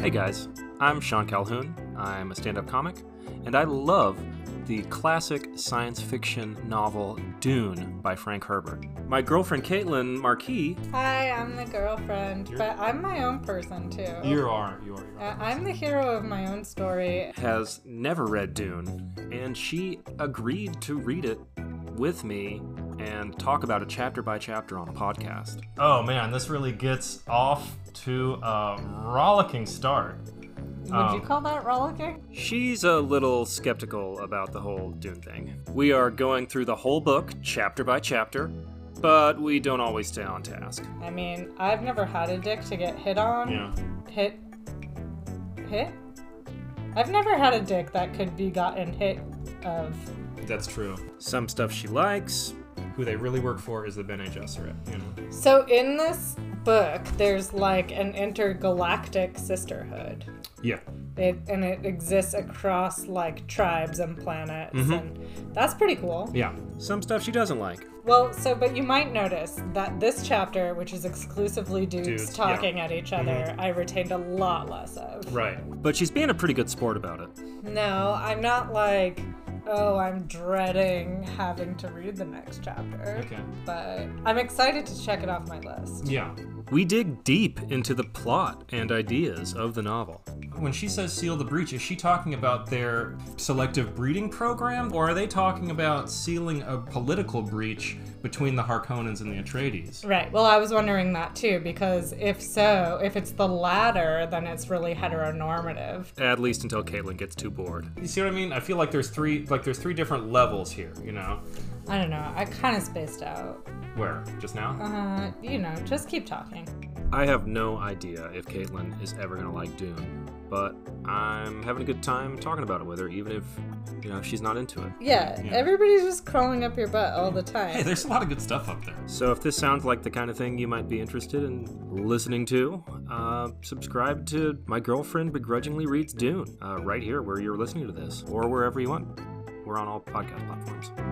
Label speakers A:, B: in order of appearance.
A: Hey guys, I'm Sean Calhoun. I'm a stand up comic, and I love the classic science fiction novel Dune by Frank Herbert. My girlfriend Caitlin Marquis,
B: Hi, I'm the girlfriend,
C: You're-
B: but I'm my own person too.
C: You are. You are. You
B: Uh,
C: are.
B: I'm the hero of my own story.
A: has never read Dune, and she agreed to read it with me and talk about it chapter by chapter on a podcast.
C: Oh man, this really gets off to a rollicking start.
B: Would
C: Um,
B: you call that rollicking?
A: She's a little skeptical about the whole Dune thing. We are going through the whole book, chapter by chapter, but we don't always stay on task.
B: I mean, I've never had a dick to get hit on.
C: Yeah.
B: Hit. Hit? I've never had a dick that could be gotten hit of.
C: That's true.
A: Some stuff she likes,
C: Who they really work for is the Bene Gesserit. You know.
B: So in this book, there's like an intergalactic sisterhood.
C: Yeah.
B: It, and it exists across like tribes and planets,
C: Mm-hmm.
B: and that's pretty cool.
C: Yeah.
A: some stuff she doesn't like.
B: Well, so, but you might notice that this chapter, which is exclusively dudes,
C: Dudes, yeah. Mm-hmm.
B: talking at each other, I retained a lot less of.
C: Right.
A: But she's being a pretty good sport about it.
B: No, I'm not like, oh, I'm dreading having to read the next chapter.
C: Okay.
B: But I'm excited to check it off my list.
C: Yeah.
A: We dig deep into the plot and ideas of the novel.
C: When she says seal the breach, is she talking about their selective breeding program, or are they talking about sealing a political breach between the Harkonnens and the Atreides?
B: Right. Well, I was wondering that too, because if so, if it's the latter, then it's really heteronormative.
A: At least until Caitlin gets too bored.
C: You see what I mean? I feel like there's three, like there's three different levels here. You know,
B: I don't know. I kind of spaced out.
C: where just now?
B: Uh, you know, just keep talking.
A: I have no idea if Caitlin is ever gonna like Dune, but I'm having a good time talking about it with her, even if you know she's not into it.
B: Yeah, everybody's just crawling up your butt all the time.
C: Hey, there's a lot of good stuff up there.
A: So if this sounds like the kind of thing you might be interested in listening to, uh, subscribe to My Girlfriend Begrudgingly Reads Dune uh, right here where you're listening to this or wherever you want. We're on all podcast platforms.